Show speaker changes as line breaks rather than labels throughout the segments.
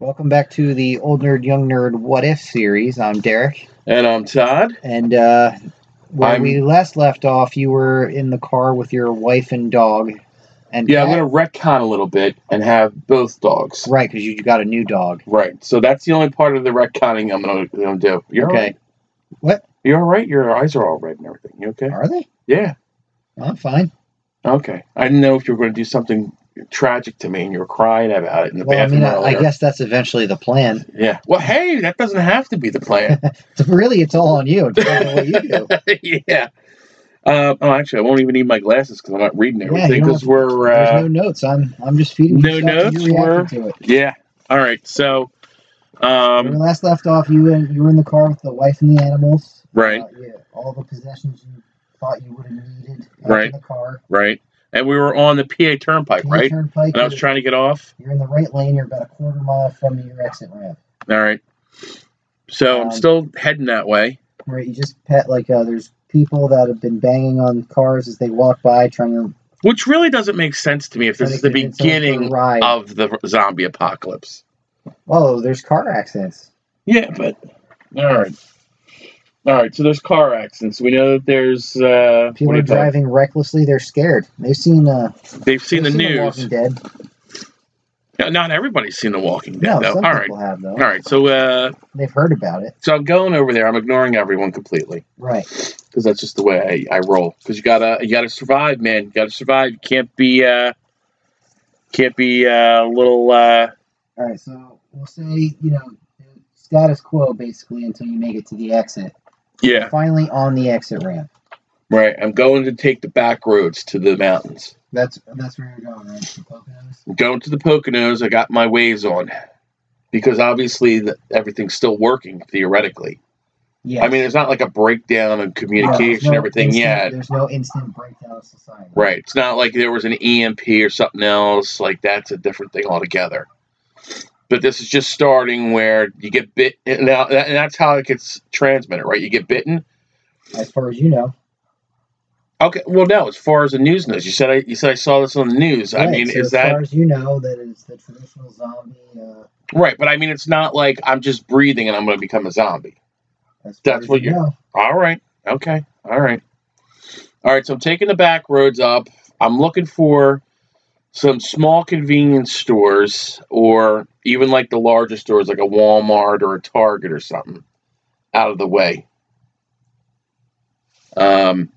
Welcome back to the Old Nerd, Young Nerd What If series. I'm Derek.
And I'm Todd.
And uh, when
I'm-
we last left off, you were in the car with your wife and dog. And
Yeah, I'm
cat.
going to retcon a little bit and have both dogs.
right, because you got a new dog.
Right. So that's the only part of the retconning I'm going to do. You're
okay.
all right. You're all right. Your eyes are all red and everything. You okay?
Are they?
Yeah.
I'm fine.
Okay. I didn't know if you were going to do something tragic to me and you were crying about it in the
Well, I
bathroom
mean, I, I
earlier.
guess that's eventually the plan.
Yeah. Well, hey, that doesn't have to be the plan.
So really, it's all on you. It depends on what you do.
yeah. Um, oh, actually, I won't even need my glasses because I'm not reading
Yeah, you
everything
don't
because
have to-
we're. Uh,
There's no notes. I'm I'm just feeding.
no
you stuff and
notes,
You
we're-
reacting to it.
Yeah. All right. So,
When we
um,
last left off, you and you were in the car with the wife and the animals.
right,
Uh, yeah, all the possessions you thought you would have needed. After
Right.
The car.
right. And we were on the PA Turnpike,
Can you
right?
Turn pike.
And I was trying to get off.
You're in the right lane. You're about a quarter mile from your exit ramp.
All right. So
Um,
I'm still heading that way.
Right. You just pet like uh, there's people that have been banging on cars as they walk by, trying to.
Which really doesn't make sense to me if
trying
this
to
is the
convince someone for a
beginning
Ride.
of the zombie apocalypse.
oh, there's car accidents.
Yeah, but all right, all right. So there's car accidents. We know that there's uh, what
People
do
are
you call it?
driving recklessly. They're scared. They've seen. Uh,
They've seen the
they've Walking
news.
Dead.
No, Not everybody's seen The Walking Dead,
No,
though.
some
All right,
people have though.
all right. So, uh,
They've heard about it.
so I'm going over there. I'm ignoring everyone completely.
Right.
because that's just the way I, I roll. Because you gotta you gotta survive, man. You gotta survive. You can't be uh can't be uh, little uh
All right. So we'll say you know status quo basically until you make it to the exit.
yeah
Finally on the exit ramp.
right. I'm going to take the back roads to the mountains.
That's that's where you're going, right? The Poconos?
I'm going to the Poconos. I got my waves on because obviously the, everything's still working theoretically.
Yeah.
I mean, there's not like a breakdown in
Yeah, there's
communication,
no
everything
instant-
yet.
There's no instant breakdown of society.
Right. It's not like there was an EMP or something else. Like that's a different thing altogether. But this is just starting where you get bit. And, now, and that's how it gets transmitted, right? You get bitten.
As far as you know.
Okay. Well, no. As far as the news knows, you said I you said I saw this on the news. I
Right,
mean,
so
is
as
that
far as you know that is the traditional zombie uh,
right? But I mean, it's not like I'm just breathing and I'm going to become a zombie.
as far
That's
as
what
you
you're-
know.
All right. Okay. All right. All right. So I'm taking the back roads up. I'm looking for some small convenience stores or even like the larger stores, like a Walmart or a Target or something, out of the way. Um,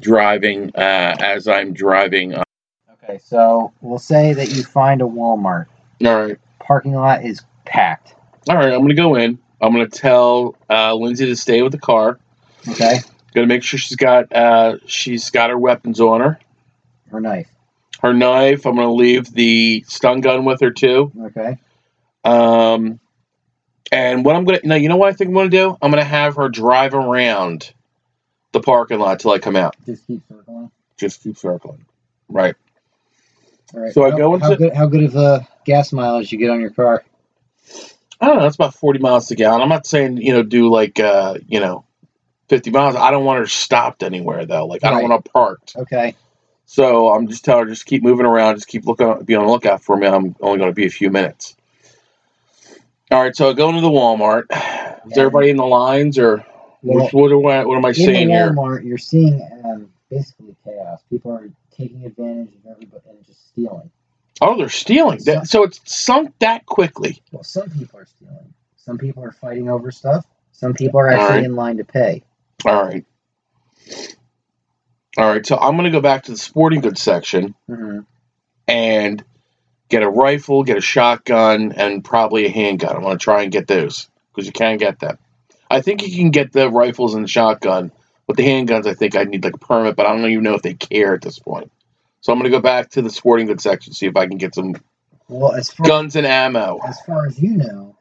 driving uh, as I'm driving. Uh,
Okay, so we'll say that you find a Walmart.
all right.
Parking lot is packed.
All right. I'm going to go in. I'm going to tell uh, Lindsay to stay with the car.
Okay?
Gonna make sure she's got uh, she's got her weapons on her.
Her knife.
her knife. I'm going to leave the stun gun with her too.
Okay.
Um, and what I'm going to now, you know what I think I'm going to do? I'm going to have her drive around the parking lot till I come out.
Just keep circling.
Just keep circling. Right.
All right.
So I
how,
go
how
into-
good how good of uh, gas mileage you get on your car?
I don't know. That's about 40 miles a gallon. I'm not saying you know do like uh, you know 50 miles. I don't want her stopped anywhere though. Like I don't
Right.
want her parked.
Okay.
So I'm just telling her just keep moving around, just keep looking, be on the lookout for me. I'm only going to be a few minutes. All right, so I go into the Walmart. Is everybody in the lines, or
Well,
which, what, do I, what am I
in the
seeing here?
Walmart, you're seeing um, basically chaos. People are taking advantage of everybody and just stealing.
Oh, they're stealing. That, so it's sunk that quickly.
Well, some people are stealing. Some people are fighting over stuff. Some people are actually
Alright.
in line to pay.
All right. All right, so I'm going to go back to the sporting goods section
Mm-hmm.
and get a rifle, get a shotgun, and probably a handgun. I'm going to try and get those because you can get them. I think you can get the rifles and the shotgun, but the handguns, I think I need like a permit, but I don't even know if they care at this point. So I'm going to go back to the sporting goods section, see if I can get some
Well, as far
guns and ammo.
as far as you know,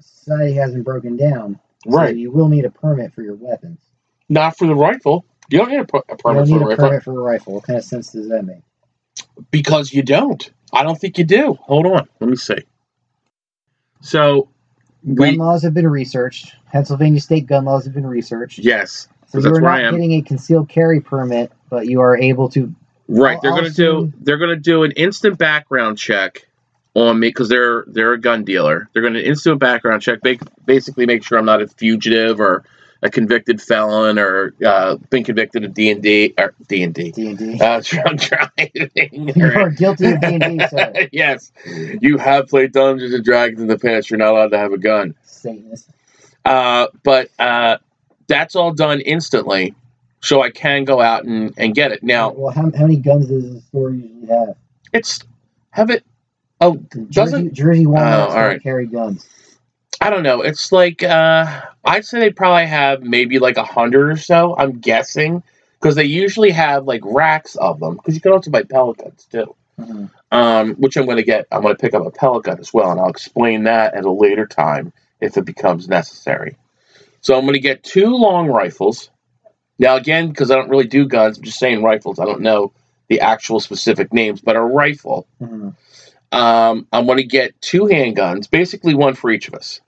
society hasn't broken down. so
Right.
you will need a permit for your weapons.
Not for the rifle. You don't need a, per- a
You
permit
don't
for
need
the
a
rifle
permit for a rifle. What kind of sense does that make?
because you don't. I don't think you do. Hold on. Let me see. So,
Gun
we,
laws have been researched. Pennsylvania state gun laws have been researched.
yes.
so
that's
you are
where I
not
am.
getting a concealed carry permit, but you are able to.
Right.
I'll-
They're
I'll
going to do
assume-
they're going to do an instant background check on me because they're they're a gun dealer. They're going to instant background check, ba- basically make sure I'm not a fugitive or a convicted felon or uh, been convicted of D and D or D and D. Uh,
D and D.
I'm driving.
You are guilty of D and D, sir.
yes, you have played Dungeons and Dragons in the past. You're not allowed to have a gun.
Satanist.
Uh, but uh, that's all done instantly, so I can go out and, and get it. Now
Well, how, how many guns does the store usually have?
it's have it. Oh,
The Jersey,
Doesn't-
Jersey
Oh,
Walmart
all
store
right.
carry guns?
I don't know. It's like uh, I'd say they probably have maybe like a hundred or so. I'm guessing because they usually have like racks of them because you can also buy pelicans too.
hmm
um, which I'm going to get. I'm going to pick up a Pelican as well, and I'll explain that at a later time if it becomes necessary. So I'm going to get two long rifles. Now, again, because I don't really do guns, I'm just saying rifles. I don't know the actual specific names, but a rifle.
hmm
Um, I'm going to get two handguns, basically one for each of us.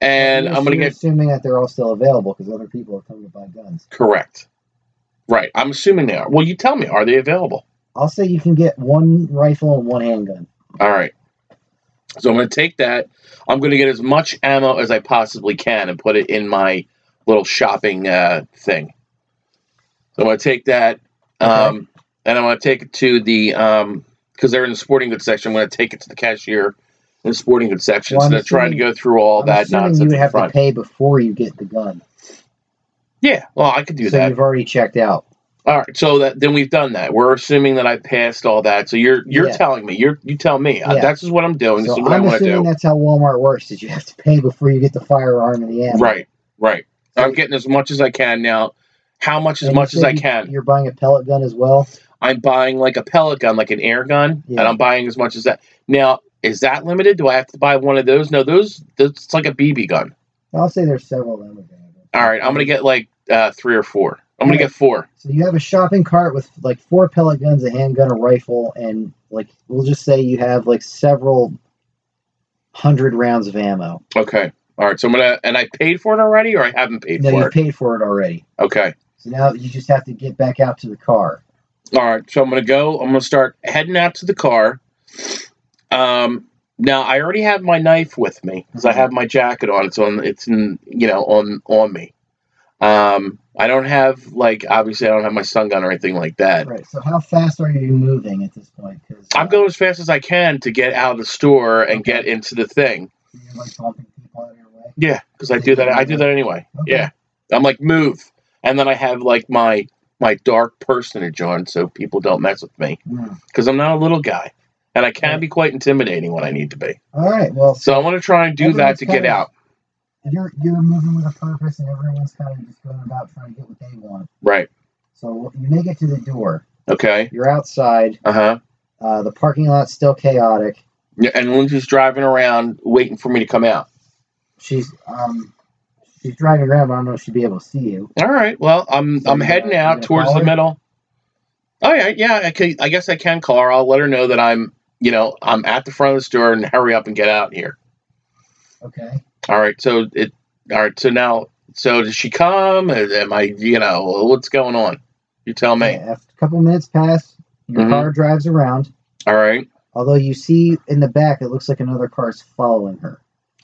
And I'm going to get
assuming that they're all still available because other people are coming to buy guns.
correct. Right. I'm assuming they are. Well, you tell me, are they available?
I'll say you can get one rifle and one handgun.
All right. So I'm going to take that. I'm going to get as much ammo as I possibly can and put it in my little shopping uh, thing. So I'm going to take that, um, and I'm going to take it to the because they're in the sporting goods section. I'm going to take it to the cashier in the sporting goods section.
Well,
so
I'm
they're trying to
assuming-
go through all
I'm
that
assuming you
nonsense
would
in
have to
front.
pay before you get the gun.
Yeah, well, I could do
so
that.
you've already checked out.
All right, so that then we've done that. We're assuming that I passed all that. So you're you're
Yeah.
telling me you're you tell me uh,
Yeah.
that's just what I'm doing. this
So
is what I
I'm
want to do.
assuming that's how Walmart works: is you have to pay before you get the firearm and the ammo.
Right, right.
So-
I'm getting as much as I can now. How much
And
as
you
much as
said
I
you-
can?
You're buying a pellet gun as well.
I'm buying like a pellet gun, like an air gun,
Yeah.
and I'm buying as much as that. Now, is that limited? Do I have to buy one of those? No, those that's like a BB gun.
I'll say there's several of them. available.
All right, I'm gonna get like uh, three or four. I'm gonna
Alright.
get four.
So you have a shopping cart with like four pellet guns, a handgun, a rifle, and like we'll just say you have like several hundred rounds of ammo.
Okay. All right. So I'm gonna and I paid for it already, or I haven't paid
No,
for
you
it.
paid for it already.
Okay.
So now you just have to get back out to the car.
All right, so I'm gonna go. I'm gonna start heading out to the car. Um, now I already have my knife with me because I have my jacket on. It's on. It's in. You know, on on me. Um, I don't have like obviously I don't have my stun gun or anything like that.
Right. So how fast are you moving at this point? uh, Because
I'm going as fast as I can to get out of the store and
Okay.
get into the thing.
You're like bumping people out of your way.
Yeah, because I do that. I do that anyway.
Okay.
Yeah, I'm like move, and then I have like my my dark personage on so people don't mess with me
Mm.
because I'm not a little guy. And I can
Right.
be quite intimidating when I need to be.
All right. Well,
So I want to try and do that
Everyone's
to get
kind of-
out.
you're you're moving with a purpose, and everyone's kind of just going about trying to get what they want.
Right.
So you make it to the door.
Okay.
You're outside.
Uh huh.
Uh, the parking lot's still chaotic.
Yeah, and Lindsay's driving around waiting for me to come out.
She's um, she's driving around. But I don't know if she'd be able to see you.
All right. Well, I'm
So
I'm
you
heading
gonna- you
out
gonna
towards
call
the
her?
middle. All right. Yeah. I could, I guess I can call her. I'll let her know that I'm you know I'm at the front of the store and hurry up and get out here.
Okay.
All right. So it. All right. So now. So does she come? Am I? You know what's going on? You tell me.
Yeah, after a couple minutes pass, your
Mhm.
car drives around.
All right.
Although you see in the back, it looks like another car's following her.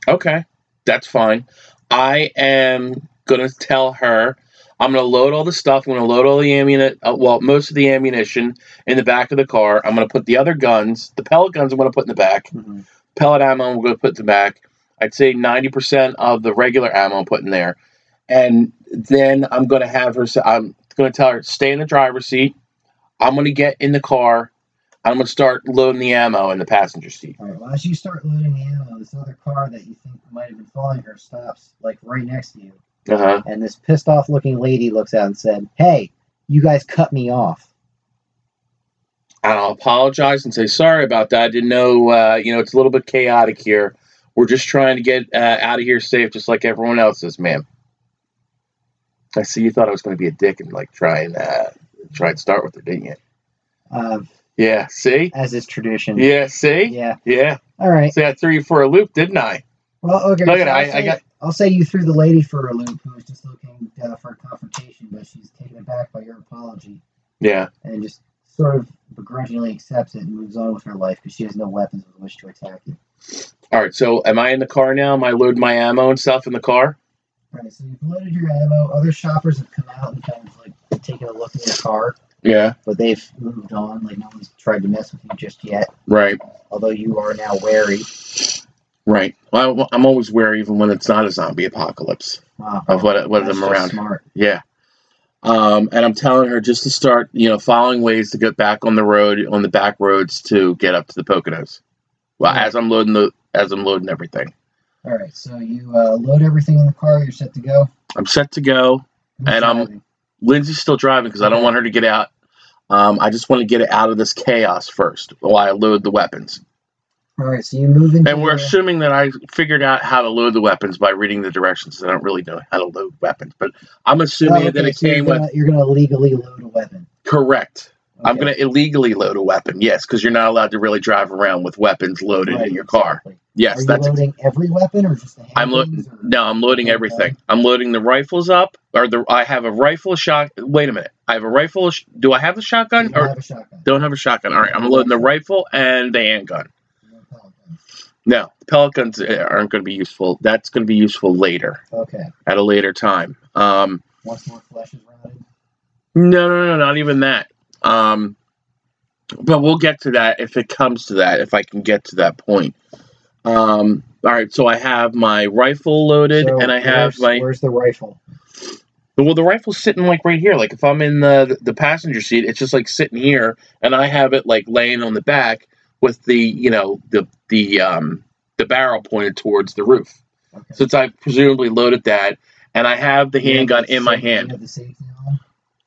Okay, that's fine. I am gonna tell her. I'm gonna load all the stuff. I'm gonna load all the ammunition. Uh, well, most of the ammunition in the back of the car. I'm gonna put the other guns, the pellet guns. I'm gonna put in the back.
Mhm.
Pellet ammo. I'm gonna put in the back. I'd say 90% of the regular ammo I'm putting there, and then I'm gonna have her. say- I'm gonna tell her stay in the driver's seat. I'm gonna get in the car. I'm gonna start loading the ammo in the passenger seat.
All right. Well, as you start loading the ammo, this other car that you think might have been following her stops like right next to you,
Uh huh.
and this pissed off looking lady looks out and said, "Hey, you guys cut me off."
and I'll apologize and say sorry about that. I didn't know, uh, you know, it's a little bit chaotic here. We're just trying to get uh, out of here safe, just like everyone else is, ma'am. I see you thought I was going to be a dick and like try and uh, try and start with her, didn't you?
Uh,
Yeah. See.
as is tradition.
Yeah. See.
Yeah.
Yeah.
All right.
See, I threw you for a loop, didn't I?
Well, okay.
Look
so
at
I'll
I,
say,
I got.
will say you threw the lady for a loop who was just looking uh, for a confrontation, but she's taken aback by your apology
Yeah.
and just sort of begrudgingly accepts it and moves on with her life because she has no weapons with which to attack you.
All right, so am I in the car now? Am I loading my ammo and stuff in the car?
Right, so you've loaded your ammo. Other shoppers have come out and kind of like taken a look in your car,
Yeah.
but they've moved on. Like no one's tried to mess with you just yet.
Right.
Although you are now wary.
Right. Well, I'm always wary, even when it's not a zombie apocalypse,
Wow,
of what what
uh, that's
them
just
around.
Smart.
Yeah. Um, and I'm telling her just to start, you know, following ways to get back on the road, on the back roads to get up to the Poconos. Well,
Yeah.
as I'm loading the, as I'm loading everything,
All right, so you uh, load everything in the car. You're set to go.
I'm set to go.
Who's
And um, I'm-
driving?
Lindsay's still driving because I don't want her to get out. Um, I just want to get it out of this chaos first while I load the weapons.
All right, so you move into.
And we're assuming that I figured out how to load the weapons by reading the directions. I don't really know how to load weapons, but I'm
Oh,
assuming that
okay,
it
so you're
came
gonna-
with
You're gonna legally load a weapon.
correct. I'm
Okay.
going to illegally load a weapon. Yes, because you're not allowed to really drive around with weapons loaded
Right,
in your car.
exactly. Are
Yes,
you
that's
loading every weapon or just the hand
I'm lo-
guns, or-
no. I'm loading
Okay.
everything. I'm loading the rifles up, or the I have a rifle, a shot. Wait a minute. I have a rifle. a sh- Do I have the
You
shotgun?
don't
Or
have a shotgun.
don't have a shotgun. All right, I'm loading the rifle and the handgun.
You don't have a gun.
No, pellet guns uh, aren't going to be useful. That's going to be useful later,
Okay.
at a later time. Um,
Once more flesh is routed.
no, no, no, not even that. Um, but we'll get to that if it comes to that. If I can get to that point. Um, all right, so I have my rifle loaded,
So
and I have
where's,
my
Where's the rifle?
Well, the rifle's sitting like right here. Like if I'm in the the passenger seat, it's just like sitting here, and I have it like laying on the back with the you know the the um the barrel pointed towards the roof.
Okay.
Since I presumably loaded that, and I have the
You have
handgun in my
safety- you
hand.
have the safety on?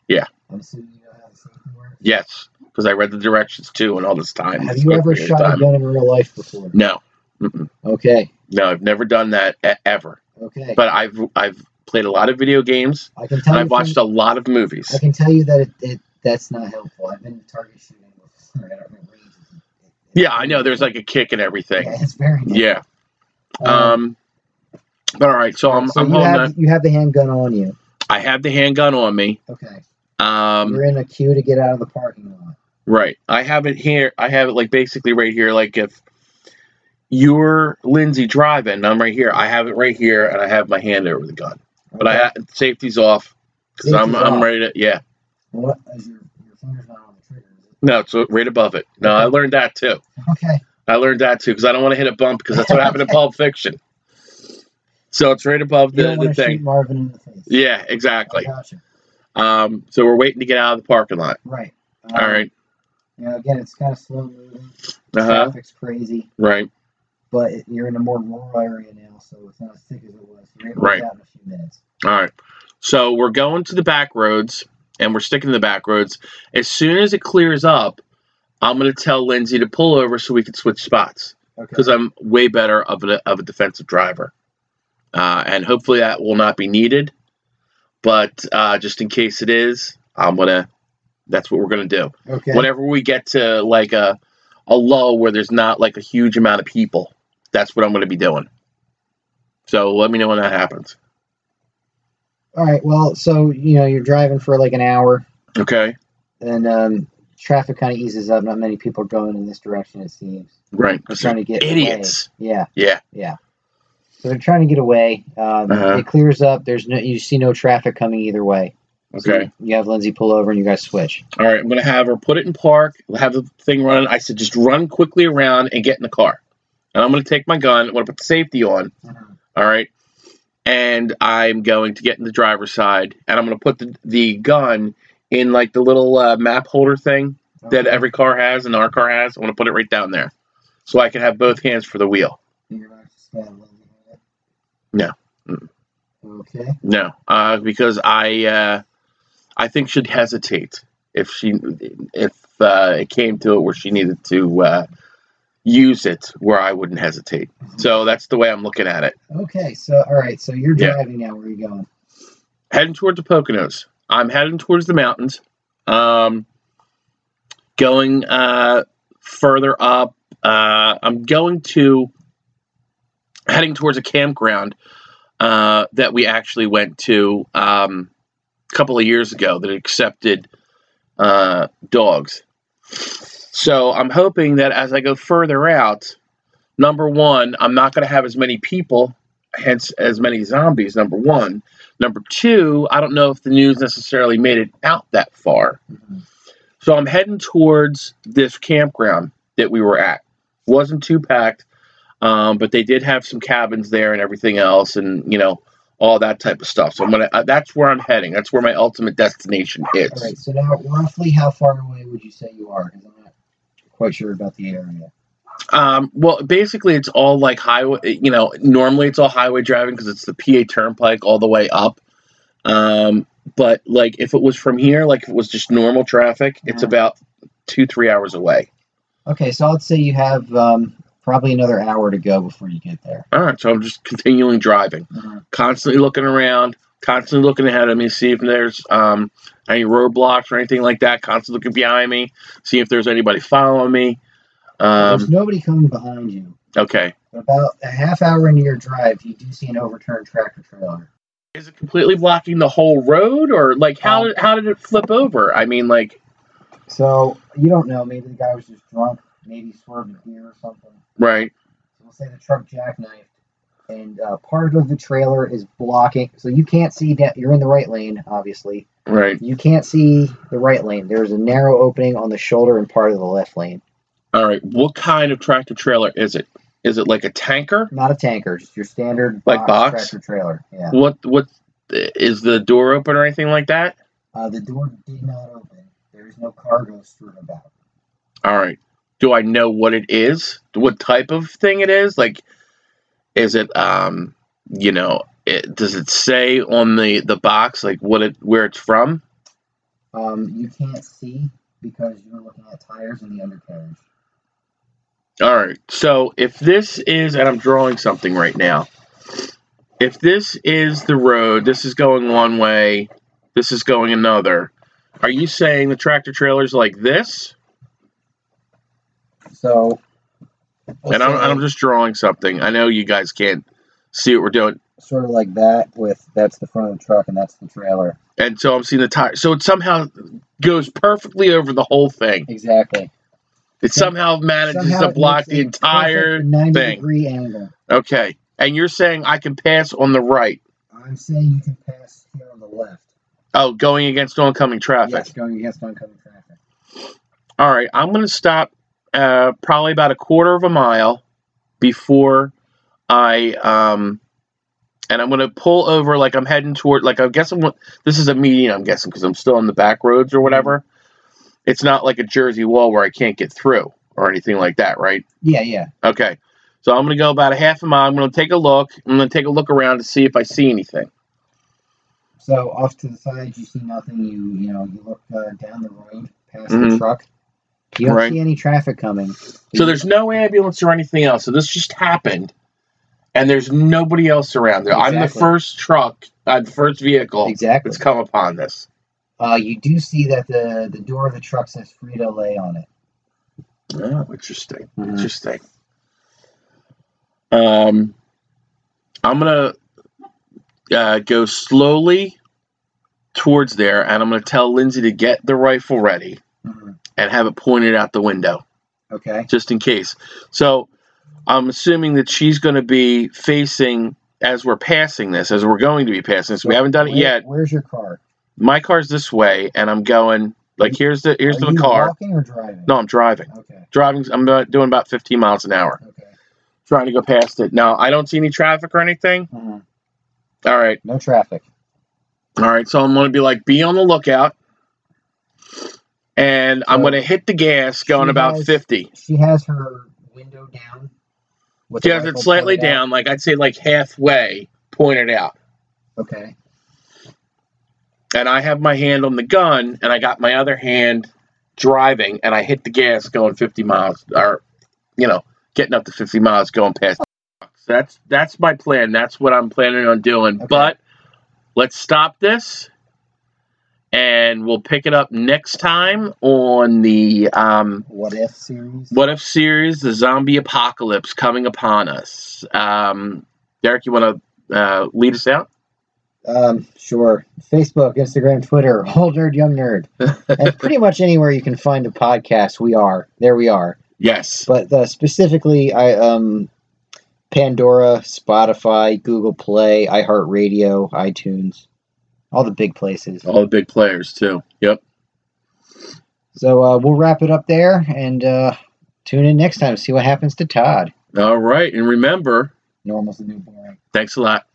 Yeah.
I'm assuming you know how the safety works.
Yes, because I read the directions too, and all this time.
Have
this
you
quick
ever
period of
shot a
time.
gun in real life before?
No, Mm-mm.
Okay.
no, I've never done that e- ever.
Okay.
But I've I've played a lot of video games,
I can tell
and
you
I've watched
from-
a lot of movies.
I can tell you that it, it that's not helpful. I've been target shooting before. I don't know. range is- it- it's
Yeah, I know. There's
very-
like a kick and everything.
Yeah, it's very
Yeah. Um, but all right, so I'm,
so
I'm
you
holding
have you have the handgun on you.
that- I have the handgun on me.
Okay.
Um,
You're in a queue to get out of the parking lot.
right. I have it here. I have it like basically right here. Like if you're Lindsay driving, and I'm right here. I have it right here, and I have my hand over the gun. But I
Okay.
ha- safety's off because I'm
Safety's
I'm
off.
ready to yeah.
what is your your finger's not on the trigger? Is it?
No, it's right above it. No, I
Okay.
learned that too.
Okay.
I learned that too because I don't want to hit a bump because that's what happened in Pulp Fiction. So it's right above
You
the,
don't
the
want to shoot
thing.
Marvin in the face.
Yeah,
I
exactly.
gotcha.
Um, so we're waiting to get out of the parking lot.
Right. Um,
All right.
You know, again, it's kind of slow moving.
Uh huh.
Traffic's crazy,
Right.
but it, you're in a more rural area now, so it's not as thick as it was. You're able
Right.
to get out in a few minutes.
All right. So we're going to the back roads and we're sticking to the back roads. As soon as it clears up, I'm going to tell Lindsay to pull over so we can switch spots
Okay.
because I'm way better of a, of a defensive driver. Uh, and hopefully that will not be needed. But uh, just in case it is, I'm going to, that's what we're going to do.
okay.
Whenever we get to like a, a lull where there's not like a huge amount of people, that's what I'm going to be doing. So let me know when that happens.
All right. Well, so you know, you're driving for like an hour,
Okay.
and um, traffic kind of eases up. Not many people are going in this direction, it seems.
Right.
They're trying to get
idiots.
Away. Yeah.
Yeah.
Yeah. So they're trying to get away. Um,
Uh-huh.
It clears up. There's no, you see no traffic coming either way. So
Okay.
you have Lindsay pull over and you guys switch.
All right. I'm gonna have her put it in park. We'll have the thing running. I said just run quickly around and get in the car. And I'm gonna take my gun. I'm gonna put the safety on. All right. And I'm going to get in the driver's side, and I'm gonna put the, the gun in like the little uh, map holder thing that
Okay.
every car has and our car has. I'm gonna put it right down there, so I can have both hands for the wheel.
You're not just gonna let me do that?
No. Mm.
Okay.
No, uh, because I uh, I think she'd hesitate if she if uh, it came to it where she needed to uh, use it where I wouldn't hesitate. So that's the way I'm looking at it.
Okay. So all right. So you're
Yeah.
driving now. Where are you going?
Heading towards the Poconos. I'm heading towards the mountains. Um, going uh, further up. Uh, I'm going to heading towards a campground uh, that we actually went to um, a couple of years ago that accepted uh, dogs. So I'm hoping that as I go further out, number one, I'm not going to have as many people, hence as many zombies, number one. Number two, I don't know if the news necessarily made it out that far. So I'm heading towards this campground that we were at. Wasn't too packed, um, but they did have some cabins there and everything else, and you know all that type of stuff. So I'm gonna. Uh, that's where I'm heading. That's where my ultimate destination is.
All right. So now, roughly, how far away would you say you are? Because I'm not quite sure about the area.
Um, well, basically, it's all like highway. You know, normally it's all highway driving because it's the PA Turnpike all the way up. Um, but like, if it was from here, like if it was just normal traffic, it's
Mhm.
about two three hours away.
Okay. So I'd say you have um, probably another hour to go before you get there.
All right, so I'm just continuing driving, constantly looking around, constantly looking ahead of me, see if there's um, any roadblocks or anything like that. Constantly looking behind me, see if there's anybody following me.
There's
Um,
nobody coming behind you.
okay,
About a half hour into your drive, you do see an overturned tractor trailer.
is it completely blocking the whole road, or like how did how did it flip over? I mean, like
So you don't know. Maybe the guy was just drunk. Maybe he swerved a deer or something.
right.
So we'll say the truck jackknifed, and uh, part of the trailer is blocking. So you can't see that you're in the right lane, obviously.
Right.
You can't see the right lane. There's a narrow opening on the shoulder and part of the left lane.
All right. What kind of tractor trailer is it? Is it like a tanker?
Not a tanker, just your standard
Like box?
tractor trailer. Yeah.
What what is the door open or anything like that?
Uh, the door did not open. There is no cargo strewn about.
All right. Do I know what it is? What type of thing it is? Like, is it um, you know, it, does it say on the the box like what it where it's from?
Um, you can't see because you're looking at tires and the undercarriage.
All right. So if this is, and I'm drawing something right now. If this is the road, this is going one way, this is going another. Are you saying the tractor trailer's like this?
So.
And I'm, and I'm just drawing something. I know you guys can't see what we're doing.
sort of like that. With that's the front of the truck and that's the trailer.
And so I'm seeing the tire. So it somehow goes perfectly over the it thing.
Exactly.
It somehow manages
Somehow it
to
makes
block the
a
entire.
perfect 90
thing.
degree angle.
Okay. And you're saying I can pass on the right.
I'm saying you can pass here on the left.
Oh, going against oncoming traffic.
Yes, going against oncoming traffic.
All right. I'm going to stop uh, probably about a quarter of a mile before I. um and I'm gonna pull over like I'm heading toward like I guess I'm this is a median I'm guessing because I'm still on the back roads or whatever. It's not like a Jersey wall where I can't get through or anything like that, right?
Yeah, yeah.
Okay. So I'm going to go about a half a mile. I'm going to take a look. I'm going to take a look around to see if I see anything.
So off to the side, you see nothing. You you know you look uh, down the road past
Mhm.
the truck. You don't
Right.
see any traffic coming.
So there's no ambulance or anything else. So this just happened, and there's nobody else around there. I'm the
Exactly.
first truck, uh, the first vehicle
exactly.
that's come upon this.
Uh, you do see that the the door of the truck says Frito Lay on it.
Oh, interesting.
Mhm.
Interesting. Um, I'm going to uh, go slowly towards there, and I'm going to tell Lindsay to get the rifle ready
Mhm.
and have it pointed out the window.
Okay.
just in case. So I'm assuming that she's going to be facing as we're passing this, as we're going to be passing this. We haven't done it
Where-
yet.
Where's your car?
My car's this way, and I'm going like here's the here's
Are
the
you
car.
Walking or driving?
No, I'm driving.
Okay.
Driving. I'm about- doing about 15 miles an hour,
Okay.
trying to go past it. Now I don't see any traffic or anything.
Mhm.
All right,
No traffic.
all right. So I'm going to be like be on the lookout, and I'm
So
going to hit the gas, going
she
about
has-
50.
She has her window down. with
She
the
has it
rifle
slightly
pointed out.
down, like I'd say like halfway pointed out.
Okay.
and I have my hand on the gun, and I got my other hand driving, and I hit the gas going 50 miles, or you know, getting up to 50 miles going past. So that's that's my plan. That's what I'm planning on doing.
Okay.
But let's stop this, and we'll pick it up next time on the um,
What if series?
What If series, the zombie apocalypse coming upon us. Um, Derek, you want to uh, lead us out?
Um, sure. Facebook, Instagram, Twitter, old nerd, young nerd, and pretty much anywhere you can find a podcast, we are there. We are,
Yes.
but uh, specifically, I um, Pandora, Spotify, Google Play, iHeartRadio, iTunes, all the big places.
All the big players too. Yep.
So uh, we'll wrap it up there and uh, tune in next time. See what happens to Todd.
All right. And remember,
Normal's the new boring.
thanks a lot.